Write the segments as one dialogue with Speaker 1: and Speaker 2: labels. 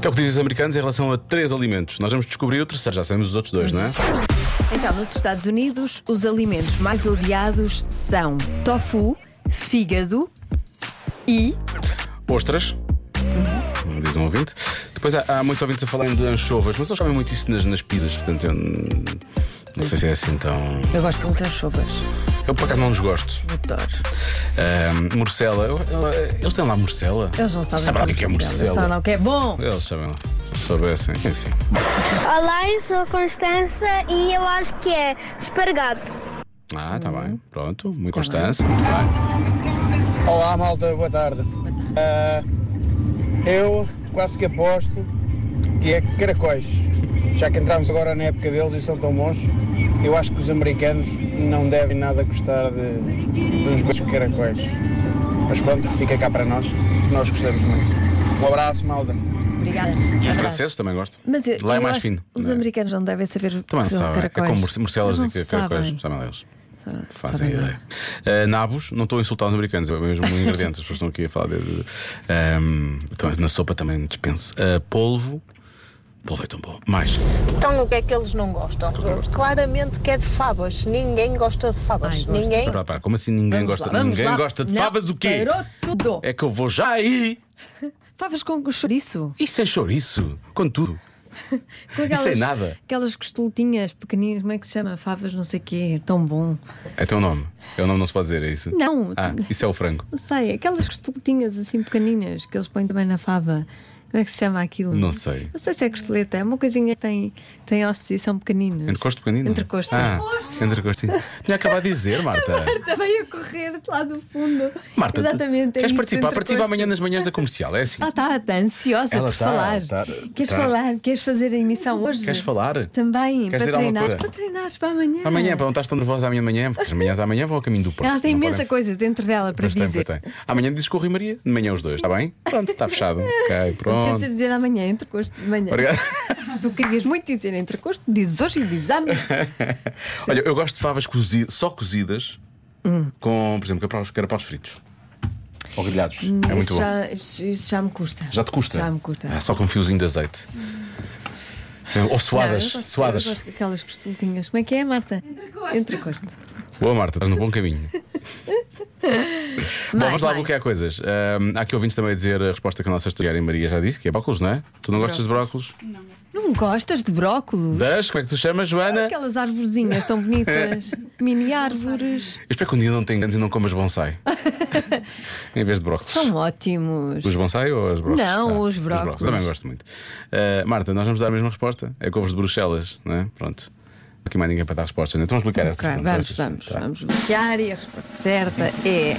Speaker 1: Que é o que dizem os americanos em relação a três alimentos. Nós vamos descobrir o terceiro, já sabemos os outros dois, não é?
Speaker 2: Então, nos Estados Unidos, os alimentos mais odiados são tofu, fígado e.
Speaker 3: Uhum.
Speaker 1: Ostras. como Diz um ouvinte. Depois há, há muitos ouvintes a falarem de anchovas, mas eles comem muito isso nas, nas pizzas, portanto eu n- não sei se é assim tão.
Speaker 3: Eu gosto muito de chuvas.
Speaker 1: Eu por acaso não desgosto.
Speaker 3: Adoro.
Speaker 1: Ahm, morcela, eu- eu- eles têm lá morcela.
Speaker 3: Eles não sabem
Speaker 1: Sabe lá o que é
Speaker 3: Eles
Speaker 1: morcela?
Speaker 3: sabem lá o que é bom.
Speaker 1: Eles sabem lá. Se soubessem, assim, enfim.
Speaker 4: Olá, eu sou a Constança e eu acho que é espargato.
Speaker 1: Ah, está
Speaker 3: Uhum.
Speaker 1: bem. Pronto, muito
Speaker 3: Tá
Speaker 1: constância, muito bem.
Speaker 5: Olá malta, boa tarde. Ah, eu quase que aposto que é caracóis. Já que entramos agora na época deles e são tão bons, eu acho que os americanos não devem nada gostar de, dos beijos de caracóis. Mas pronto, fica cá para nós, que nós gostamos muito. Um abraço, malta.
Speaker 2: Obrigada.
Speaker 1: E os
Speaker 2: Abraço.
Speaker 1: franceses também gostam.
Speaker 3: Mas eu-
Speaker 1: lá é
Speaker 3: eu
Speaker 1: mais
Speaker 3: acho
Speaker 1: fino.
Speaker 3: os
Speaker 1: não é?
Speaker 3: americanos não devem saber
Speaker 1: Também
Speaker 3: são
Speaker 1: não sabem. É
Speaker 3: caracóis.
Speaker 1: como morce- morcelas e
Speaker 3: Eles
Speaker 1: que-
Speaker 3: não
Speaker 1: caracóis.
Speaker 3: sabem.
Speaker 1: Sabem lá eles.
Speaker 3: Sabem-
Speaker 1: Fazem
Speaker 3: sabem
Speaker 1: ideia.
Speaker 3: bem.
Speaker 1: Ah, nabos, não estou a insultar os americanos, é o mesmo ingrediente. As pessoas estão aqui a falar de. de- ahm, então, na sopa também dispenso. Ah, polvo. Polvo é tão bom. Mais.
Speaker 6: Então o que é que eles não gostam? Claramente que é de fabas. Ninguém gosta de
Speaker 3: Ai,
Speaker 6: fabas.
Speaker 3: gosto.
Speaker 6: Ninguém.
Speaker 1: Para, para, como assim ninguém
Speaker 3: Vamos
Speaker 1: gosta
Speaker 3: lá, vamos
Speaker 1: Ninguém
Speaker 3: lá.
Speaker 1: gosta de
Speaker 3: Não,
Speaker 1: favas o quê?
Speaker 3: parou tudo.
Speaker 1: É que eu vou já aí.
Speaker 3: Favas com chouriço.
Speaker 1: Isso é chouriço, com tudo.
Speaker 2: Com
Speaker 1: Isso é nada.
Speaker 3: Aquelas costeletinhas pequeninas, como é que se chama? Favas não sei o quê, tão bom.
Speaker 1: É teu nome. É o nome, não se pode dizer, é isso?
Speaker 3: Não.
Speaker 1: Ah, isso é o frango.
Speaker 3: Não sei, aquelas costeletinhas assim pequeninas que eles põem também na fava. Como é que se chama aquilo?
Speaker 1: Não sei.
Speaker 3: Não sei se é costeleta, é uma coisinha que tem, tem ossos e são pequeninos.
Speaker 1: Entrecosto pequenino?
Speaker 3: Entrecosto.
Speaker 1: Ah, entrecosto, sim. Tinha acabado de dizer, Marta.
Speaker 3: Marta veio a correr de lá do fundo.
Speaker 1: Marta, tu
Speaker 3: Exatamente. é
Speaker 1: queres
Speaker 3: isso,
Speaker 1: participar? Participa
Speaker 3: entrecosto.
Speaker 1: amanhã nas manhãs da comercial, é assim?
Speaker 3: Ah, tá, tá ansiosa
Speaker 1: Ela
Speaker 3: por
Speaker 1: tá,
Speaker 3: falar.
Speaker 1: tá,
Speaker 3: queres
Speaker 1: tá.
Speaker 3: falar? Queres fazer a emissão hoje?
Speaker 1: Queres falar?
Speaker 3: Também,
Speaker 1: Queres dizer
Speaker 3: para
Speaker 1: alguma
Speaker 3: treinares,
Speaker 1: coisa?
Speaker 3: para treinares para amanhã.
Speaker 1: Amanhã, para não estar tão nervosa amanhã de manhã, porque as manhãs amanhã vão ao caminho do Porto.
Speaker 3: Ela tem
Speaker 1: Não
Speaker 3: imensa
Speaker 1: podem-
Speaker 3: coisa dentro dela para
Speaker 1: Pois tem,
Speaker 3: dizer.
Speaker 1: pois tem. Amanhã dizes com o Rui Maria, de manhã os dois, está bem? Pronto, está fechado. Ok,
Speaker 3: Não te
Speaker 1: pronto.
Speaker 3: esqueças de dizer amanhã, entrecosto de manhã.
Speaker 1: Obrigado.
Speaker 3: Tu querias muito dizer entrecosto, dizes hoje e dizes amanhã.
Speaker 1: Olha, eu gosto de favas cozi- só cozidas com, por exemplo, carapaus, carapaus fritos. Ou grelhados. é muito bom.
Speaker 3: isso, Hum, já, isso isso já me custa.
Speaker 1: Já te custa?
Speaker 3: Já me custa.
Speaker 1: Ah, só com um fiozinho de azeite. Ou
Speaker 3: Não,
Speaker 1: suadas,
Speaker 3: eu gosto-
Speaker 1: suadas.
Speaker 3: eu gosto daquelas costeletinhas. Como é que é, Marta? Entrecosto.
Speaker 1: Boa, Marta, estás no bom caminho. Bom, vamos
Speaker 3: Mais,
Speaker 1: lá
Speaker 3: mais.
Speaker 1: bloquear coisas. Ahm, há aqui ouvintes também a dizer a resposta que a nossa estagiária Maria já disse, que é brócolos, não é? Tu não gostas de brócolos?
Speaker 3: Não gostas de brócolos?
Speaker 1: Das, como é que tu chamas, Joana? Eu
Speaker 3: Aquelas arvorezinhas tão bonitas, mini árvores,
Speaker 1: espero que um dia não tenhas e não comas bonsai. em vez de brócolos.
Speaker 3: são ótimos.
Speaker 1: Os bonsai ou as brócolis?
Speaker 3: Não, os brócolis.
Speaker 1: Também gosto muito. Ah, Marta, nós vamos dar a mesma resposta. É couves de Bruxelas, não é? Pronto. Aqui mais ninguém para dar respostas, né? Então vamos bloquear
Speaker 3: Ok,
Speaker 1: estas perguntas.
Speaker 3: vamos, vamos,
Speaker 1: Tá.
Speaker 3: vamos bloquear e a resposta certa é.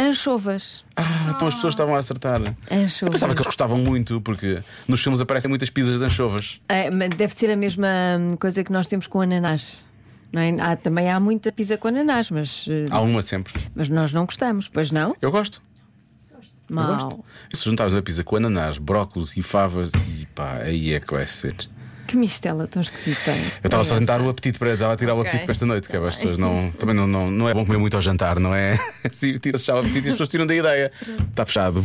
Speaker 3: Anchovas.
Speaker 1: Ah, então as pessoas estavam a acertar. Eu
Speaker 3: Anchovas.
Speaker 1: pensava que eles gostavam muito, porque nos filmes aparecem muitas pizzas de anchovas.
Speaker 3: É, mas deve ser a mesma hum, coisa que nós temos com ananás. Não é? Há- também há muita pizza com ananás, mas, eh,
Speaker 1: Há uma sempre.
Speaker 3: mas nós não gostamos, pois não?
Speaker 1: Eu gosto. Eu
Speaker 3: Mal.
Speaker 1: gosto. E se juntarmos uma pizza com ananás, brócolos e favas, e pá, aí é que vai ser.
Speaker 3: Que mistela tão esquisita.
Speaker 1: Eu estava só a tentar o apetite para estava a tirar o apetite para esta noite, que é para as pessoas não. Também não, não, não é bom comer muito ao jantar, não é? Tira-se já o apetite e as pessoas tiram da ideia. Está fechado.